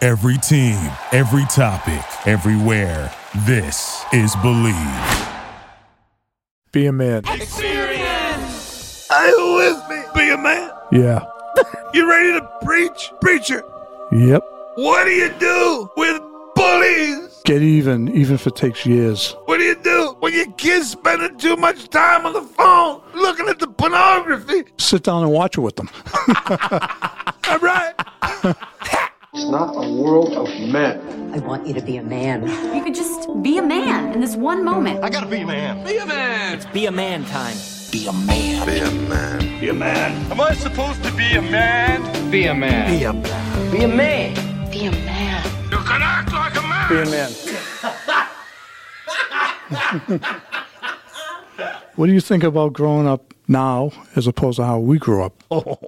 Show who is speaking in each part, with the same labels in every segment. Speaker 1: Every team, every topic, everywhere. This is Believe.
Speaker 2: Be a man.
Speaker 3: Hey, who is me? Be a man.
Speaker 2: Yeah.
Speaker 3: You ready to preach? Preacher,
Speaker 2: Yep.
Speaker 3: what do you do with bullies?
Speaker 2: Get even, even if it takes years.
Speaker 3: What do you do when your kid's spending too much time on the phone looking at the pornography?
Speaker 2: Sit down and watch it with them.
Speaker 3: All right.
Speaker 4: It's not a world of men.
Speaker 5: I want you to be a man.
Speaker 6: You could just be a man in this one moment.
Speaker 7: I gotta be a man.
Speaker 8: Be a man time.
Speaker 7: Am I supposed to be a man?
Speaker 6: Be a man.
Speaker 3: You can act like a man.
Speaker 2: Be a man. what do you think about growing up now as opposed to how we grew up?
Speaker 9: Oh,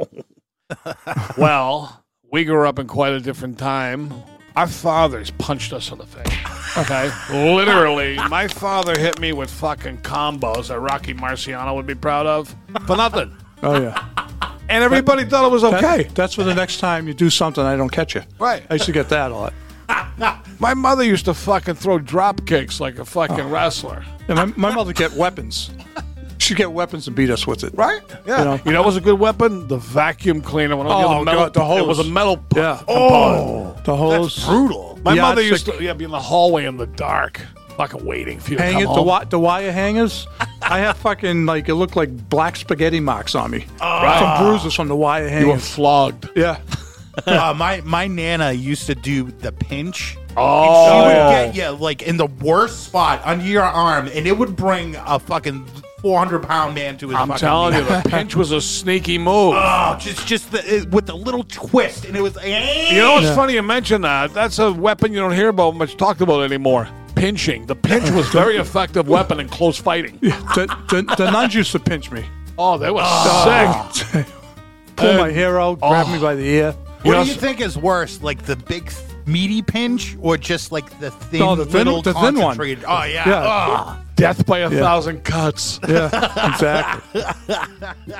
Speaker 9: Well, we grew up in quite a different time. Our fathers punched us in the face. Okay? Literally, my father hit me with fucking combos that Rocky Marciano would be proud of for nothing.
Speaker 2: Oh, yeah.
Speaker 9: And everybody thought it was
Speaker 2: That-
Speaker 9: okay.
Speaker 2: That's for the next time you do something, I don't catch you.
Speaker 9: Right.
Speaker 2: I used to get that a lot.
Speaker 9: My mother used to fucking throw drop kicks like a
Speaker 2: Oh.
Speaker 9: fucking wrestler.
Speaker 2: And my, my mother get weapons. She'd get weapons and beat us with it.
Speaker 9: Right? Yeah.
Speaker 2: You
Speaker 9: You
Speaker 2: know.
Speaker 9: know, what was a good weapon? The vacuum cleaner. When I was
Speaker 2: Oh,
Speaker 9: the metal,
Speaker 2: God, the
Speaker 9: It was a
Speaker 2: hose.
Speaker 9: metal pu-
Speaker 2: Yeah.
Speaker 9: Oh,
Speaker 2: The hose.
Speaker 9: brutal. My
Speaker 2: Yeah,
Speaker 9: mother
Speaker 2: it's
Speaker 9: used
Speaker 2: like-
Speaker 9: to yeah, be in the hallway in the dark, fucking waiting for you to
Speaker 2: Hang
Speaker 9: come
Speaker 2: it, the,
Speaker 9: home.
Speaker 2: wi- the wire hangers. I have fucking, like, it looked like black spaghetti marks on me.
Speaker 9: Ah. Right.
Speaker 2: From bruises from the wire
Speaker 9: You were
Speaker 2: hangers.
Speaker 9: flogged.
Speaker 2: yeah.
Speaker 10: uh, my my nana used to do the pinch.
Speaker 9: Oh,
Speaker 10: she would get yeah, like in the worst spot under your arm, and it would bring a fucking four hundred pound man to his.
Speaker 9: I'm
Speaker 10: fucking
Speaker 9: telling you,
Speaker 10: knees.
Speaker 9: the pinch was a sneaky move.
Speaker 10: Oh, just just the, it, with the little twist, and it was. eh.
Speaker 9: you know, it's funny you mention that. That's a weapon you don't hear about much talked about anymore. Pinching. The pinch was very effective weapon in close fighting.
Speaker 2: the, the, the nuns used to pinch me.
Speaker 9: Oh, they were
Speaker 2: Ah.
Speaker 9: sick.
Speaker 2: Pull my hair out,
Speaker 9: Oh.
Speaker 2: grab me by the ear.
Speaker 10: What
Speaker 9: know,
Speaker 10: do you
Speaker 9: so-
Speaker 10: think is worse, like the big th- meaty pinch, or just like the thin
Speaker 2: No, the thin-
Speaker 10: little
Speaker 2: the thin one.
Speaker 10: concentrated? Oh yeah.
Speaker 2: Yeah.
Speaker 10: Ah.
Speaker 9: Death by a thousand cuts.
Speaker 2: Yeah, exactly.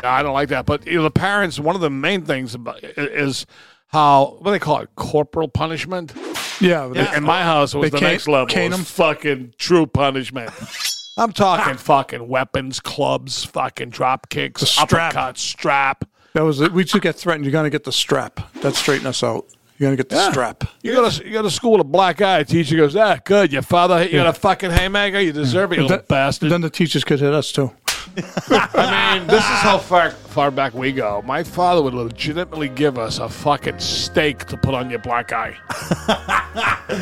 Speaker 9: I don't like that. But you know, the parents, one of the main things about, i- is how what do they call it, corporal punishment.
Speaker 2: Yeah, but
Speaker 9: In my house, it was
Speaker 2: They
Speaker 9: the
Speaker 2: can-
Speaker 9: next level.
Speaker 2: cane
Speaker 9: It was
Speaker 2: 'em.
Speaker 9: fucking true punishment. I'm talking fucking weapons, clubs, fucking drop kicks,
Speaker 2: strap.
Speaker 9: uppercuts, strap.
Speaker 2: that was it. We should get threatened. You're gonna get the strap. That straighten us out. You're gonna get the strap.
Speaker 9: You go to you go to school with a black eye. Teacher goes, ah, good. Your father hit you got a fucking haymaker. You deserve it, you little
Speaker 2: That-
Speaker 9: bastard.
Speaker 2: Then the teachers could hit us too.
Speaker 9: I mean, this is how far far back we go. My father would legitimately give us a fucking steak to put on your black eye.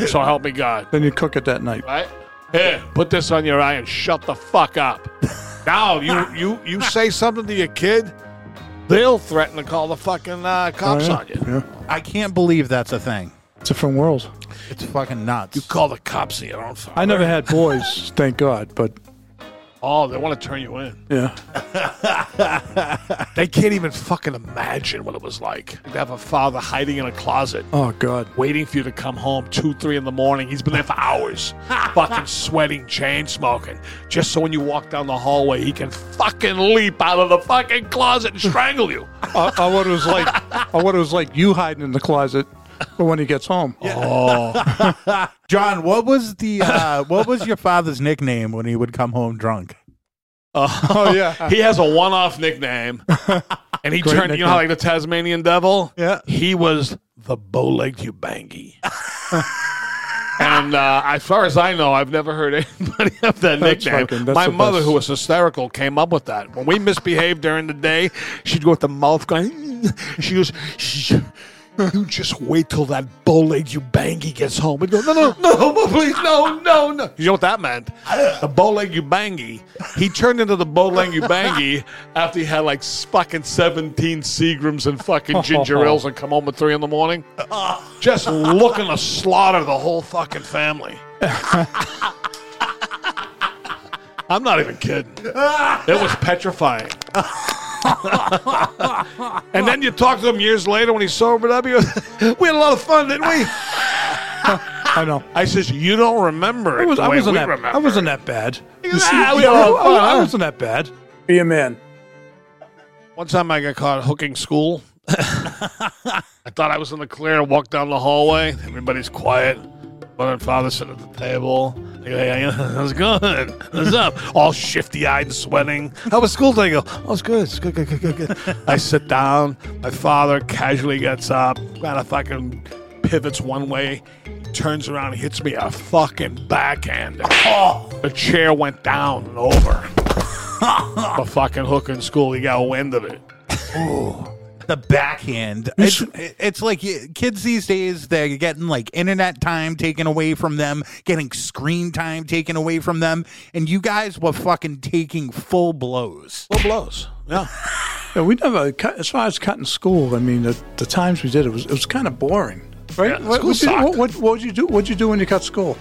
Speaker 9: so help me God.
Speaker 2: Then you cook it that night.
Speaker 9: Right? Here, put this on your eye and shut the fuck up. Now you you you say something to your kid, they'll threaten to call the fucking uh, cops
Speaker 2: Oh, yeah.
Speaker 9: on you.
Speaker 2: Yeah.
Speaker 10: I can't believe that's a thing.
Speaker 2: It's a different world.
Speaker 10: It's fucking nuts.
Speaker 9: Call the cops on your own father.
Speaker 2: I never had boys, thank God. But
Speaker 9: Oh, they want to turn you in.
Speaker 2: yeah,
Speaker 9: They can't even fucking imagine what it was like to have a father hiding in a closet.
Speaker 2: oh God,
Speaker 9: waiting for you to come home two, three in the morning. He's been there for hours, fucking sweating, chain smoking, just so when you walk down the hallway, he can fucking leap out of the fucking closet and strangle you.
Speaker 2: I, I what it was like. I what it was like you hiding in the closet for when he gets home. Oh,
Speaker 10: John, what was the uh, what was your father's nickname when he would come home drunk?
Speaker 2: Oh yeah,
Speaker 9: He has a one-off nickname, and he turned. You know how like the Tasmanian Devil?
Speaker 10: Yeah.
Speaker 9: He was the bow-legged Ubangi. And uh, as far as I know, I've never heard anybody have that
Speaker 2: That's
Speaker 9: nickname.
Speaker 2: fucking- that's
Speaker 9: My
Speaker 2: the
Speaker 9: mother,
Speaker 2: best.
Speaker 9: who was hysterical, came up with that. When we misbehaved during the day, she'd go with the mouth going. "Mm." She goes, "Shh, "You just wait till that bow-legged Ubangi gets home." We go, "No, no, no, please, no, no, no." You know what that meant? The bow-legged Ubangi. He turned into the bow-legged Ubangi after he had like s- fucking seventeen Seagrams and fucking ginger ales and come home at three in the morning just looking to slaughter the whole fucking family. I'm not even kidding. It was petrifying. and then you talk to him years later when he's sobered up. He goes, "We had a lot of fun, didn't we?"
Speaker 2: I know.
Speaker 9: I says, "You don't remember it.
Speaker 2: I was.
Speaker 9: the
Speaker 2: I
Speaker 9: way
Speaker 2: wasn't
Speaker 9: we
Speaker 2: that.
Speaker 9: remember."
Speaker 2: I wasn't that bad.
Speaker 9: goes, "Ah, we had a lot of
Speaker 2: I- I- I
Speaker 9: fun, huh?"
Speaker 2: wasn't that bad. Be a man.
Speaker 9: One time I got caught hooking school I thought I was in the clear. I walked down the hallway. Everybody's quiet. Mother and father sit at the table. I go, "Hey, how's it going? What's up? All shifty eyed and sweating. How was school today? I go, oh, it's good. It's good, good, good, good, good. I sit down. My father casually gets up. Man, if I can pivots one way, turns around, and hits me a fucking backhand. Oh, the chair went down and over. a fucking hook in school. He got wind of it.
Speaker 10: the backhand. It's, it's like y- kids these days, they're getting like internet time taken away from them, getting screen time taken away from them, and you guys were fucking taking full blows.
Speaker 9: What blows? Yeah.
Speaker 2: Yeah, we never, cut, as far as cutting school, I mean, the, the times we did it was it was kind of boring, right?
Speaker 9: Yeah,
Speaker 2: what,
Speaker 9: school
Speaker 2: what, did-
Speaker 9: sucked.
Speaker 2: what, what, what would you do? What'd you do when you cut school?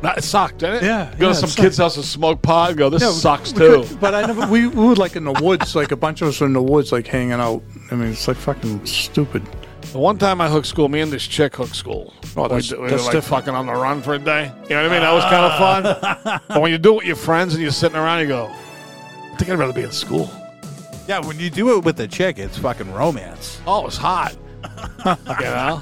Speaker 9: Not, it sucked, didn't it?
Speaker 2: Yeah,
Speaker 9: Go
Speaker 2: yeah,
Speaker 9: to some
Speaker 2: it
Speaker 9: kid's
Speaker 2: sucked.
Speaker 9: house and smoke pot and go, this
Speaker 2: Yeah,
Speaker 9: sucks
Speaker 2: we
Speaker 9: too.
Speaker 2: could- but I never. We, we would like in the woods, like a bunch of us were in the woods, like hanging out. I mean, it's like fucking stupid.
Speaker 9: The one time I hooked school, me and this chick hooked school.
Speaker 2: Oh, that's-
Speaker 9: we, d- we
Speaker 2: that's
Speaker 9: were like
Speaker 2: different.
Speaker 9: fucking on the run for a day. You know what I mean? That was kind of fun. but when you do it with your friends and you're sitting around, you go, I think I'd rather be in school.
Speaker 10: Yeah, when you do it with a chick, it's fucking romance.
Speaker 9: Oh, it's hot. you know?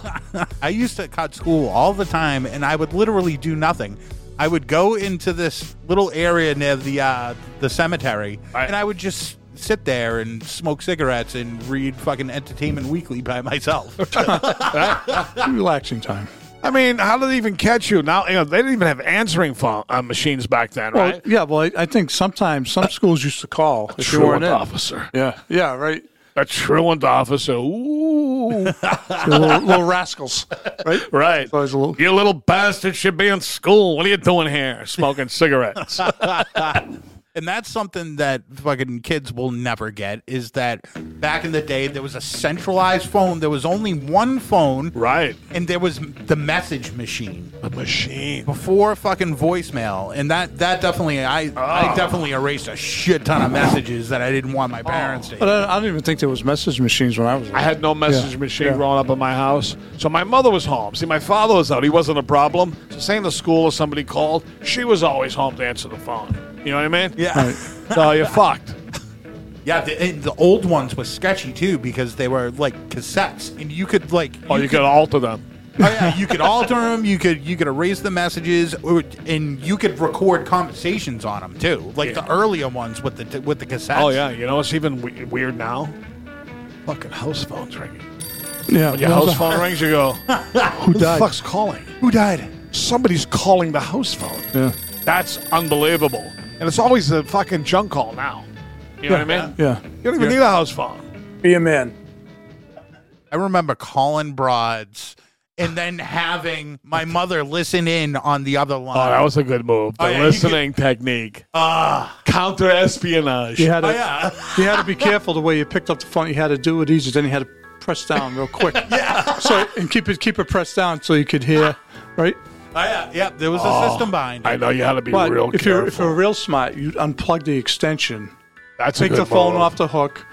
Speaker 10: I used to cut school all the time, and I would literally do nothing. I would go into this little area near the uh, the cemetery,
Speaker 9: Right.
Speaker 10: and I would just sit there and smoke cigarettes and read fucking Entertainment Weekly by myself.
Speaker 2: Relaxing time.
Speaker 9: I mean, how did they even catch you? Now, you know, they didn't even have answering phone uh, machines back then, right?
Speaker 2: Well, yeah. Well, I, I think sometimes some schools used to call if you
Speaker 9: truant
Speaker 2: weren't in.
Speaker 9: officer.
Speaker 2: Yeah. Yeah. Right.
Speaker 9: A truant officer. Ooh.
Speaker 2: The little, little rascals. Right.
Speaker 9: Right.
Speaker 2: always a little-
Speaker 9: You little bastard should be in school. What are you doing here? Smoking cigarettes.
Speaker 10: And that's something that fucking kids will never get is that back in the day there was a centralized phone. There was only one phone,
Speaker 9: right.
Speaker 10: and there was the message machine
Speaker 9: A machine.
Speaker 10: before fucking voicemail. And that that definitely I
Speaker 9: Ah.
Speaker 10: I definitely erased a shit ton of messages that I didn't want my parents to.
Speaker 9: Oh.
Speaker 2: But I, I don't even think there was message machines when I was.
Speaker 9: I had no message
Speaker 2: Yeah,
Speaker 9: machine
Speaker 2: yeah.
Speaker 9: growing up in my house. So my mother was home. See, my father was out. He wasn't a problem. So saying the school or somebody called, she was always home to answer the phone. You know what I mean?
Speaker 10: Yeah.
Speaker 9: So you're fucked.
Speaker 10: Yeah, the, and the old ones were sketchy too because they were like cassettes, and you could like
Speaker 9: Or Oh, you could alter them.
Speaker 10: oh yeah, you could alter them. You could you could erase the messages, or, and you could record conversations on them too, like the earlier ones with the with the cassettes.
Speaker 9: Oh, yeah. You know what's even we- weird now? Fucking house phones ringing.
Speaker 2: Yeah.
Speaker 9: Your
Speaker 2: well,
Speaker 9: house phone rings, you go, who the
Speaker 2: died?
Speaker 9: fuck's calling?
Speaker 10: who died?
Speaker 9: Somebody's calling the house phone.
Speaker 2: Yeah.
Speaker 9: That's unbelievable. And it's always the fucking junk call now. You know what I mean?
Speaker 2: Yeah.
Speaker 9: You don't even need a house phone.
Speaker 2: Be a man.
Speaker 10: I remember calling broads, and then having my mother listen in on the other line.
Speaker 9: Oh, that was a good move. The
Speaker 10: Oh, yeah, you
Speaker 9: listening technique. Ah. Counter espionage.
Speaker 2: You had to.
Speaker 10: yeah.
Speaker 2: you had to be careful the way you picked up the phone. You had to do it easy. Then you had to press down real quick. yeah. So and keep it keep it pressed down so you could hear. Right.
Speaker 10: Oh, yeah, yeah, there was a system behind it.
Speaker 9: Oh, I know you had to be
Speaker 2: But
Speaker 9: real
Speaker 2: if
Speaker 9: careful.
Speaker 2: you're if you're real smart, you unplug the extension,
Speaker 9: That's a
Speaker 2: take
Speaker 9: good
Speaker 2: the phone
Speaker 9: move.
Speaker 2: off the hook,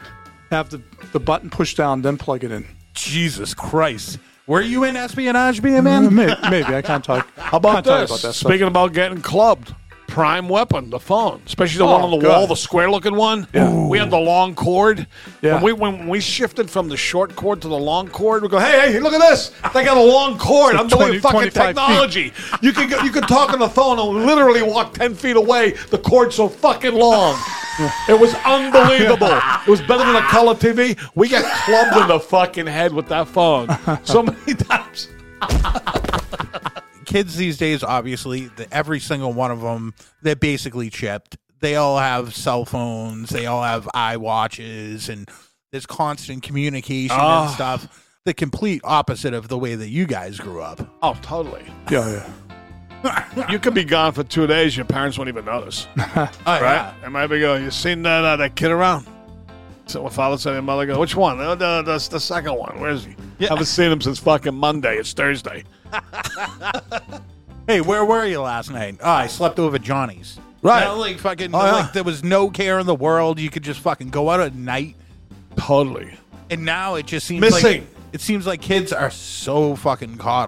Speaker 2: have the, the button pushed down, then plug it in.
Speaker 10: Jesus Christ. Were you in espionage, being
Speaker 2: Uh,
Speaker 10: man?
Speaker 2: Maybe, maybe I can't talk.
Speaker 9: How about
Speaker 2: can't tell you
Speaker 9: this?
Speaker 2: about that stuff.
Speaker 9: Speaking about getting clubbed, prime weapon, the phone, especially the
Speaker 2: Oh,
Speaker 9: one on the
Speaker 2: God.
Speaker 9: wall, the square looking one. We had the long cord.
Speaker 2: Yeah.
Speaker 9: When we when we shifted from the short cord to the long cord, we go, hey, hey, look at this! They got a long cord. I'm
Speaker 2: 20
Speaker 9: doing fucking
Speaker 2: 25 feet.
Speaker 9: technology. You can go, you can talk on the phone and literally walk ten feet away. The cord's so fucking long. It was unbelievable. It was better than a color TV. We got clubbed in the fucking head with that phone so many times.
Speaker 10: Kids these days, obviously, the, every single one of them, they're basically chipped. They all have cell phones. They all have watches, and there's constant communication and
Speaker 9: Ah.
Speaker 10: stuff. The complete opposite of the way that you guys grew up.
Speaker 9: Oh, totally.
Speaker 2: yeah, yeah.
Speaker 9: You could be gone for two days. Your parents won't even notice,
Speaker 10: Oh,
Speaker 9: right? And might be go. You seen that uh, that kid around? So my father said to my mother, "Go, which one? "Oh, the, the, the second one. Where is he? Haven't seen him since fucking Monday. It's Thursday.
Speaker 10: Hey, where were you last night? Oh, I slept over Johnny's.
Speaker 9: Right. Oh,
Speaker 10: Now, like fucking,
Speaker 9: yeah.
Speaker 10: like there was no care in the world. You could just fucking go out at night.
Speaker 9: Totally.
Speaker 10: And now it just seems
Speaker 9: Missing.
Speaker 10: like it seems like kids are so fucking caught.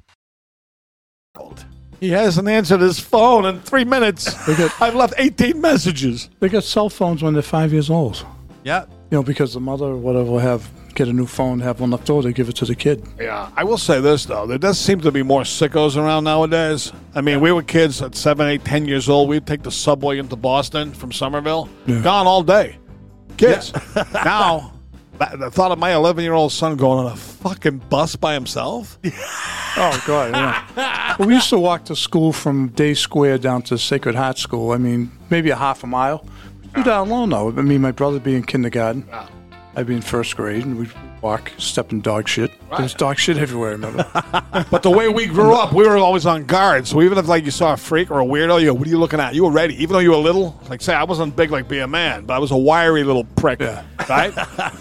Speaker 9: He hasn't answered his phone in three minutes. I've left 18 messages.
Speaker 2: They got cell phones when they're five years old.
Speaker 10: Yeah.
Speaker 2: You know, because the mother or whatever will have get a new phone, have one left over, they give it to the kid.
Speaker 9: Yeah, I will say this though, there does seem to be more sickos around nowadays. I mean, we were kids at seven, eight, ten years old. We'd take the subway into Boston from Somerville, gone all day. Kids. now, th- the thought of my 11 year old son going on a fucking bus by himself.
Speaker 2: Oh God! Yeah. well, we used to walk to school from Day Square down to Sacred Heart School. I mean, maybe a half a mile. You down low now. I mean, my brother be in kindergarten. I'd be in first grade, and we'd walk, step in dog shit. There's dog shit everywhere. Remember?
Speaker 9: But the way we grew up, we were always on guard. So even if like you saw a freak or a weirdo, you go, what are you looking at? You were ready, even though you were little. Like say I wasn't big like be a man, but I was a wiry little prick, right?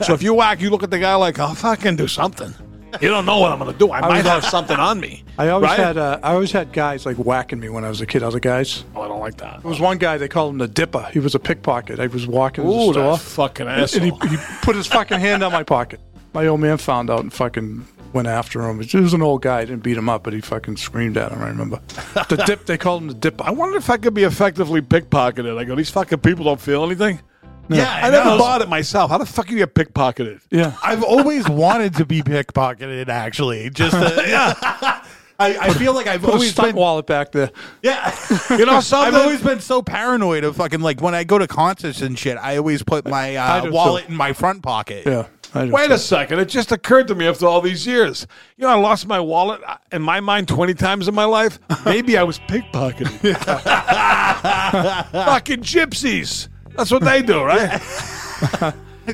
Speaker 9: so if you whack, you look at the guy like I'll fucking do something. You don't know what I'm gonna do. I, might have something on me.
Speaker 2: I always
Speaker 9: right?
Speaker 2: had uh, I always had guys like whacking me when I was a kid. Other guys.
Speaker 9: Oh, I don't like that.
Speaker 2: There was one guy they called him the Dipper. He was a pickpocket. I was walking in
Speaker 9: Ooh,
Speaker 2: the store.
Speaker 9: that fucking
Speaker 2: and
Speaker 9: asshole.
Speaker 2: he, he put his fucking hand on my pocket. My old man found out and fucking went after him. He was an old guy. I didn't beat him up, but he fucking screamed at him. I remember. The dip. They called him the dipper.
Speaker 9: I wonder if I could be effectively pickpocketed. I go, these fucking people don't feel anything. Yeah, I, never bought it myself. How the fuck you get pickpocketed?
Speaker 2: yeah.
Speaker 10: I've always wanted to be pickpocketed. Actually, just uh, yeah. I, I feel like I've
Speaker 2: Put a
Speaker 10: always
Speaker 2: stunt
Speaker 10: been
Speaker 2: wallet back there.
Speaker 10: yeah.
Speaker 9: You know
Speaker 10: I've
Speaker 9: something?
Speaker 10: always been so paranoid of fucking like when I go to concerts and shit. I always put my
Speaker 2: do
Speaker 10: uh,
Speaker 2: too.
Speaker 10: wallet in my front pocket.
Speaker 2: Yeah. I do.
Speaker 9: Wait a second. It just occurred to me after all these years. You know, I lost my wallet uh, in my mind 20 times in my life. Maybe I was pickpocketed. Fucking gypsies. That's what they do, right?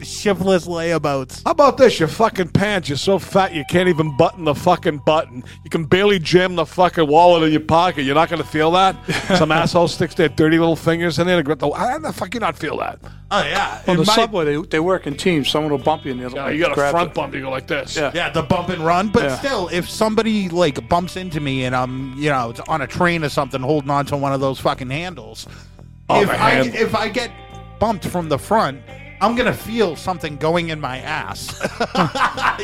Speaker 10: Shiftless layabouts.
Speaker 9: How about this? Your fucking pants, you're so fat you can't even button the fucking button. You can barely jam the fucking wallet in your pocket. You're not going to feel that? Some asshole sticks their dirty little fingers in there to grip the How the fuck you not feel that?
Speaker 10: Oh yeah.
Speaker 2: On
Speaker 10: It
Speaker 2: the
Speaker 10: might-
Speaker 2: subway, they, they work in teams. Someone will bump you in the other.
Speaker 9: Yeah,
Speaker 2: one
Speaker 9: you got a
Speaker 2: grabs
Speaker 9: front
Speaker 2: it.
Speaker 9: bump, you go like this.
Speaker 2: Yeah.
Speaker 10: Yeah, the bump and run. But
Speaker 2: Yeah.
Speaker 10: still, if somebody like bumps into me and I'm, you know, it's on a train or something, holding on to one of those fucking handles,
Speaker 9: Oh,
Speaker 10: if
Speaker 9: the
Speaker 10: I
Speaker 9: handle.
Speaker 10: if I get bumped from the front, I'm gonna feel something going in my ass.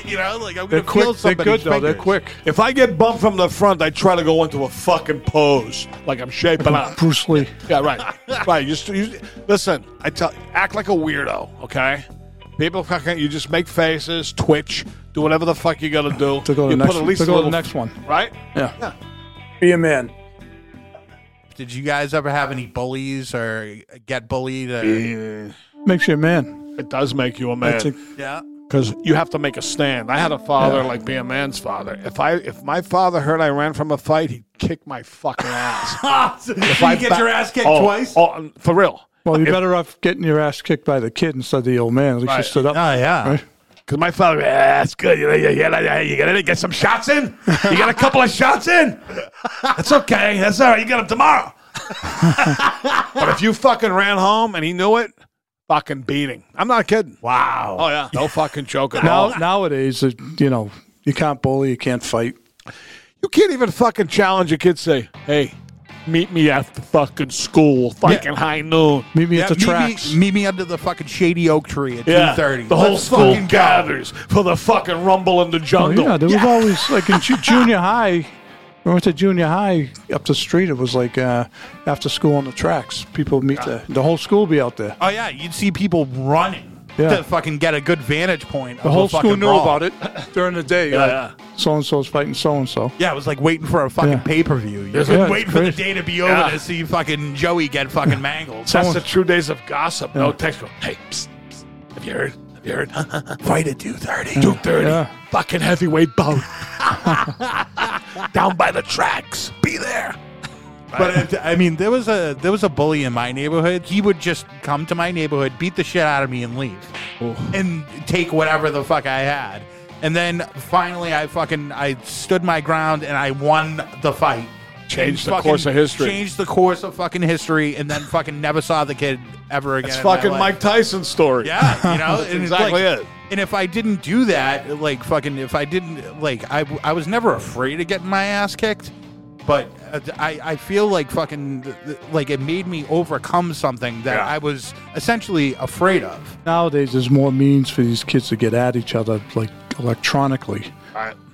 Speaker 10: you know, like I'm
Speaker 2: They're
Speaker 10: gonna feel
Speaker 2: quick. They're
Speaker 10: something.
Speaker 2: good though. They're quick.
Speaker 9: If I get bumped from the front, I try to go into a fucking pose, like I'm shaping up.
Speaker 2: Bruce Lee.
Speaker 9: Yeah, right, right. You, st- you listen. I tell, act like a weirdo, okay? People fucking, you just make faces, twitch, do whatever the fuck you got to do.
Speaker 2: To go to the
Speaker 9: you
Speaker 2: next
Speaker 9: put at
Speaker 2: one.
Speaker 9: least
Speaker 2: To
Speaker 9: a
Speaker 2: go to the
Speaker 9: little-
Speaker 2: next one.
Speaker 9: right?
Speaker 2: Yeah. Be a man.
Speaker 10: Did you guys ever have any bullies or get bullied? Or,
Speaker 2: Makes you a man.
Speaker 9: It does make you a
Speaker 2: I think-
Speaker 9: man
Speaker 10: yeah.
Speaker 9: because you have to make a stand. I had a father like be a man's father. If I, if my father heard I ran from a fight, he'd kick my fucking ass.
Speaker 10: Did
Speaker 9: I
Speaker 10: you get
Speaker 9: ba-
Speaker 10: your ass kicked
Speaker 9: Oh,
Speaker 10: twice?
Speaker 9: Oh, um, for real.
Speaker 2: Well, you're better off getting your ass kicked by the kid instead of the old man. At least you
Speaker 9: Right.
Speaker 2: stood up.
Speaker 10: Oh, yeah.
Speaker 2: Right?
Speaker 9: Because my father, "Ah, that's good. You, you, you, you gotta get some shots in. You got a couple of shots in. That's okay. That's all right. You got them tomorrow. but if you fucking ran home and he knew it, fucking beating. I'm not kidding.
Speaker 10: Wow.
Speaker 9: Oh yeah, no fucking joke at
Speaker 2: Now
Speaker 9: all.
Speaker 2: nowadays, it- you know, you can't bully, you can't fight.
Speaker 9: You can't even fucking challenge a kid. Say, hey, meet me after fucking school, fucking high noon.
Speaker 2: Meet me at the
Speaker 10: meet me-
Speaker 2: tracks.
Speaker 10: Meet me, under the fucking shady oak tree at
Speaker 9: Yeah,
Speaker 10: 2.30.
Speaker 9: the whole
Speaker 10: Let's
Speaker 9: school
Speaker 10: fucking go.
Speaker 9: gathers for the fucking rumble in the
Speaker 2: Oh,
Speaker 9: jungle.
Speaker 2: yeah, there was always like in ju- junior high. When I went to junior high up the street, it was like uh, after school on the tracks. People meet the the whole school be out there.
Speaker 10: Oh yeah, you'd see people running.
Speaker 2: Yeah.
Speaker 10: to fucking get a good vantage point.
Speaker 2: The
Speaker 10: of
Speaker 2: whole
Speaker 10: a
Speaker 2: school
Speaker 10: fucking
Speaker 2: knew
Speaker 10: brawl.
Speaker 2: about it during the day.
Speaker 10: Yeah,
Speaker 2: So and so's fighting so and so.
Speaker 10: Yeah, it was like waiting for a fucking
Speaker 2: Yeah.
Speaker 10: pay per view. You're
Speaker 2: Yeah,
Speaker 10: just
Speaker 2: it's
Speaker 10: waiting for the
Speaker 2: crazy.
Speaker 10: day to be over
Speaker 2: Yeah.
Speaker 10: to see fucking Joey get fucking mangled.
Speaker 9: That's the true days of gossip. No text. Go, hey, psst, psst, have you heard? Have you heard? Fight at 230. 230. Fucking heavyweight bout. Down by the tracks. Be there.
Speaker 10: But it, I mean, there was a there was a bully in my neighborhood. He would just come to my neighborhood, beat the shit out of me, and leave, and take whatever the fuck I had. And then finally, I fucking I stood my ground and I won the fight.
Speaker 9: Changed the
Speaker 10: Fucking
Speaker 9: course of history.
Speaker 10: Changed the course of fucking history, and then fucking never saw the kid ever again.
Speaker 9: It's
Speaker 10: in my
Speaker 9: fucking
Speaker 10: life.
Speaker 9: Mike Tyson's story.
Speaker 10: Yeah, you know,
Speaker 9: That's
Speaker 10: and it's
Speaker 9: exactly
Speaker 10: like-
Speaker 9: it.
Speaker 10: And if I didn't do that, like fucking, if I didn't, like, I, I was never afraid of getting my ass kicked, but uh, I, I feel like fucking, th- th- like it made me overcome something that I was essentially afraid of.
Speaker 2: Nowadays, there's more means for these kids to get at each other, like electronically.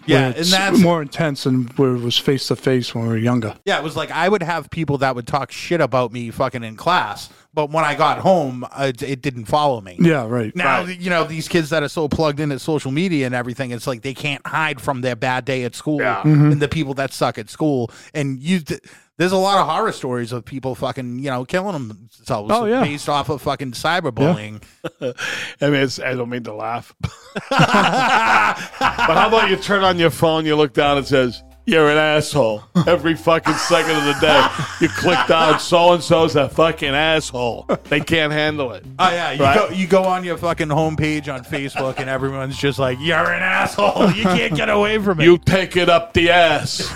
Speaker 10: Yeah,
Speaker 2: Where
Speaker 10: and
Speaker 2: it's
Speaker 10: that's-
Speaker 2: more intense than where it was face to face when we were younger.
Speaker 10: Yeah, it was like I would have people that would talk shit about me fucking in class, but when I got home, uh, it- it didn't follow me.
Speaker 2: Yeah, right.
Speaker 10: Now, you know, these kids that are so plugged into social media and everything, it's like they can't hide from their bad day at school
Speaker 9: Mm-hmm.
Speaker 2: Mhm.
Speaker 10: and the people that suck at school. And you, th- there's a lot of horror stories of people fucking, you know, killing themselves
Speaker 9: Oh, yeah.
Speaker 10: based off of fucking cyberbullying.
Speaker 9: I mean, it's, I don't mean to laugh. but how about you turn on your phone, you look down, it says, you're an asshole. Every fucking second of the day, you click down, so and so's a fucking asshole. They can't handle it.
Speaker 10: Oh yeah, you
Speaker 9: Right.
Speaker 10: go you go on your fucking homepage on Facebook and everyone's just like, "You're an asshole. You can't get away from it."
Speaker 9: You take it up the ass.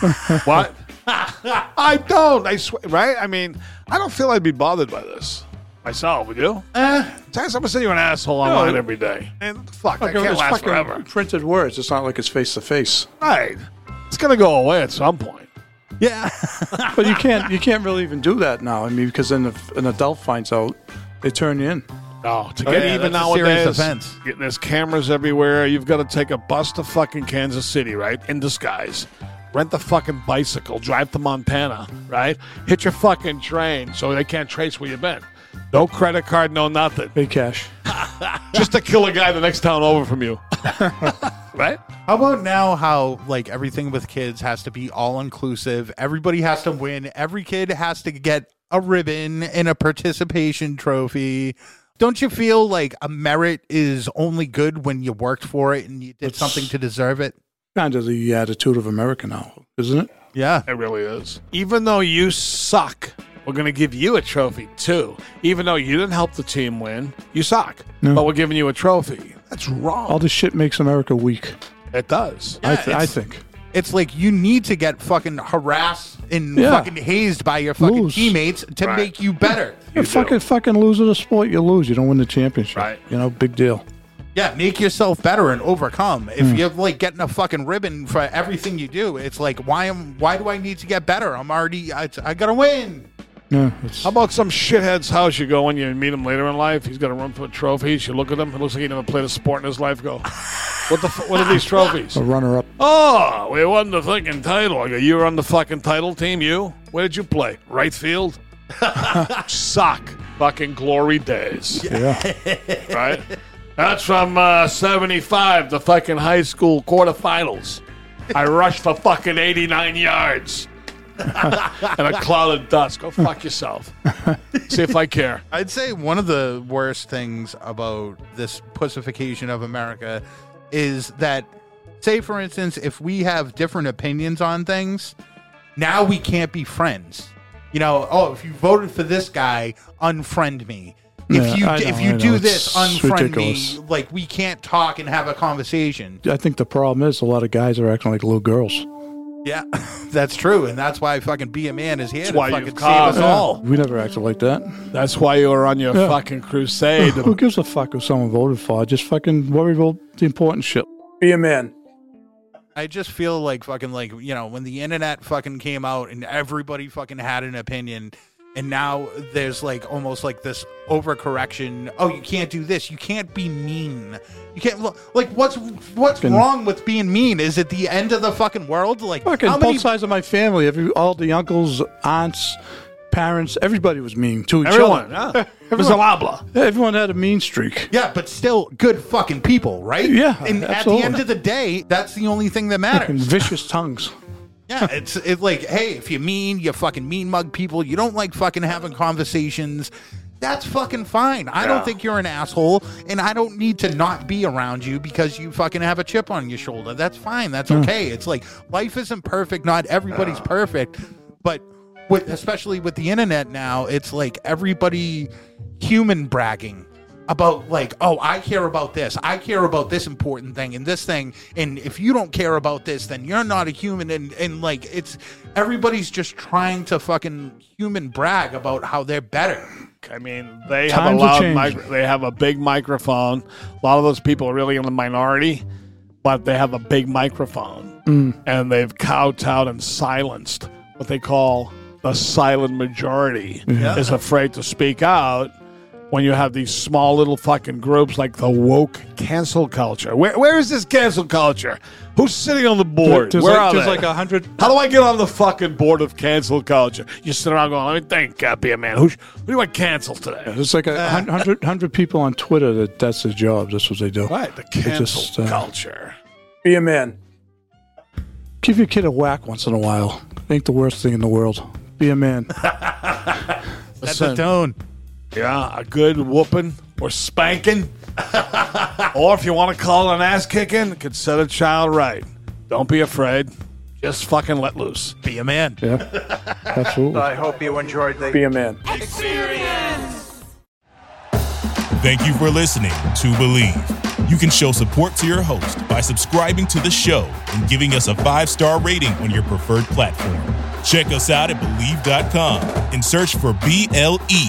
Speaker 9: what? I don't. I swear. Right? I mean, I don't feel I'd be bothered by this myself. Would you? Eh. Text, I'm gonna send you an asshole online every day. And fuck, that
Speaker 2: Look,
Speaker 9: can't
Speaker 2: it's
Speaker 9: last
Speaker 2: fucking
Speaker 9: forever.
Speaker 2: Printed words. It's not like it's face to face.
Speaker 9: Right. It's gonna go away at some point.
Speaker 10: Yeah,
Speaker 2: but you can't. You can't really even do that now. I mean, because then if an adult finds out, they turn you in.
Speaker 9: No, to
Speaker 2: Oh,
Speaker 9: get
Speaker 2: yeah,
Speaker 9: even
Speaker 2: that's a serious
Speaker 9: nowadays,
Speaker 2: offense.
Speaker 9: get- there's cameras everywhere. You've got to take a bus to fucking Kansas City, right? In disguise. Rent the fucking bicycle, drive to Montana, right? Hit your fucking train so they can't trace where you've been. No credit card, no nothing.
Speaker 2: Big cash.
Speaker 9: Just to kill a guy the next town over from you. right?
Speaker 10: How about now how like everything with kids has to be all inclusive. Everybody has to win. Every kid has to get a ribbon and a participation trophy. Don't you feel like a merit is only good when you worked for it and you did something to deserve it?
Speaker 2: Kind of the attitude of America now, isn't it?
Speaker 10: Yeah.
Speaker 9: It really is. Even though you suck, we're going to give you a trophy too. Even though you didn't help the team win, you suck. But we're giving you a trophy. That's wrong.
Speaker 2: All this shit makes America weak.
Speaker 9: It does.
Speaker 2: I,
Speaker 10: Yeah,
Speaker 2: th- I
Speaker 10: it's-
Speaker 2: think.
Speaker 10: It's like you need to get fucking harassed and
Speaker 2: Yeah.
Speaker 10: fucking hazed by your fucking
Speaker 2: Lose.
Speaker 10: teammates to
Speaker 9: Right.
Speaker 10: make you better.
Speaker 2: You're fucking fucking loser the sport. You lose. You don't win the championship. Right. You know, big deal.
Speaker 10: Yeah, make yourself better and overcome. If you're like getting a fucking ribbon for everything you do, it's like why am why do I need to get better? I'm already I, I gotta win.
Speaker 2: Yeah. It's,
Speaker 9: How about some shithead's house you go in, you meet him later in life, he's got a run for trophies, you look at him, it looks like he never played a sport in his life, go, what the f- what are these trophies?
Speaker 2: a runner up.
Speaker 9: Oh, we won the fucking title. I go, you were on the fucking title team, you? Where did you play? Right field? Suck. Fucking glory days.
Speaker 2: Yeah.
Speaker 9: Right? That's from uh, 75, the fucking high school quarterfinals. I rushed for fucking 89 yards. and a cloud of dust. Go fuck yourself. See if I care.
Speaker 10: I'd say one of the worst things about this pussification of America is that say for instance, if we have different opinions on things, now we can't be friends. You know, oh, if you voted for this guy, unfriend me. If
Speaker 2: Yeah,
Speaker 10: you
Speaker 2: I
Speaker 10: if
Speaker 2: know,
Speaker 10: you
Speaker 2: I
Speaker 10: do
Speaker 2: know.
Speaker 10: this,
Speaker 2: It's
Speaker 10: unfriend
Speaker 2: ridiculous.
Speaker 10: me. Like we can't talk and have a conversation.
Speaker 2: I think the problem is a lot of guys are acting like little girls.
Speaker 10: Yeah, that's true, and that's why fucking be a man is here to
Speaker 9: why
Speaker 10: fucking
Speaker 9: you've
Speaker 10: save
Speaker 9: come.
Speaker 10: us all.
Speaker 2: We never acted like that.
Speaker 9: That's why you were on your
Speaker 2: Yeah.
Speaker 9: fucking crusade.
Speaker 2: Who gives a fuck who someone voted for? Just fucking worry about the important shit. Be a man.
Speaker 10: I just feel like fucking like you know when the internet fucking came out and everybody fucking had an opinion, and now there's like almost like this overcorrection. Oh, you can't do this. You can't be mean. You can't look like what's what's
Speaker 2: Fucking-
Speaker 10: wrong with being mean? Is it the end of the fucking world? Like
Speaker 2: Fucking
Speaker 10: how
Speaker 2: both
Speaker 10: many
Speaker 2: sides of my family, every all the uncles, aunts, parents, everybody was mean to each
Speaker 10: Everyone,
Speaker 2: other.
Speaker 10: yeah.
Speaker 2: Everyone.
Speaker 10: It was a lobla.
Speaker 2: Everyone had a mean streak.
Speaker 10: Yeah, but still good fucking people, right?
Speaker 2: Yeah,
Speaker 10: And
Speaker 2: absolutely.
Speaker 10: at the end of the day, that's the only thing that
Speaker 2: Fucking
Speaker 10: matters.
Speaker 2: vicious tongues.
Speaker 10: yeah, it's it's like, hey, if you mean, you fucking mean mug people, you don't like fucking having conversations, that's fucking fine. I don't think you're an asshole, and I don't need to not be around you because you fucking have a chip on your shoulder. That's fine. That's okay. It's like life isn't perfect, not everybody's perfect, but with especially with the internet now, it's like everybody human bragging about like oh i care about this i care about this important thing and this thing and if you don't care about this then you're not a human and, and like it's everybody's just trying to fucking human brag about how they're better
Speaker 9: I mean, they have a
Speaker 2: Times are
Speaker 9: loud
Speaker 2: changing.
Speaker 9: mic- they have a big microphone. A lot of those people are really in the minority, but they have a big microphone,
Speaker 2: Mm.
Speaker 9: and they've kowtowed and silenced what they call the silent majority is afraid to speak out. When you have these small little fucking groups like the woke cancel culture, where where is this cancel culture? Who's sitting on the board?
Speaker 2: There's
Speaker 9: where
Speaker 2: like-
Speaker 9: are
Speaker 2: there's
Speaker 9: they?
Speaker 2: like a hundred-
Speaker 9: How do I get on the fucking board of cancel culture? You sit around going, "Let me think, uh, be a man. Who, sh- who do I cancel today?"
Speaker 2: There's like a hun- hundred hundred people on Twitter that that's their job. That's what they do.
Speaker 9: Right, the
Speaker 2: They
Speaker 9: cancel
Speaker 2: just, uh,
Speaker 9: culture.
Speaker 2: Be a man. Give your kid a whack once in a while. Ain't the worst thing in the world. Be a man.
Speaker 10: that's the tone
Speaker 9: Yeah, a good whooping or spanking, or if you want to call it an ass kicking, could set a child right. Don't be afraid. Just fucking let loose.
Speaker 10: be a man
Speaker 2: Absolutely.
Speaker 11: I hope you enjoyed the
Speaker 2: Be a man.
Speaker 1: Thank you for listening to Believe. You can show support to your host by subscribing to the show and giving us a five star rating on your preferred platform. Check us out at Believe.com and search for B L E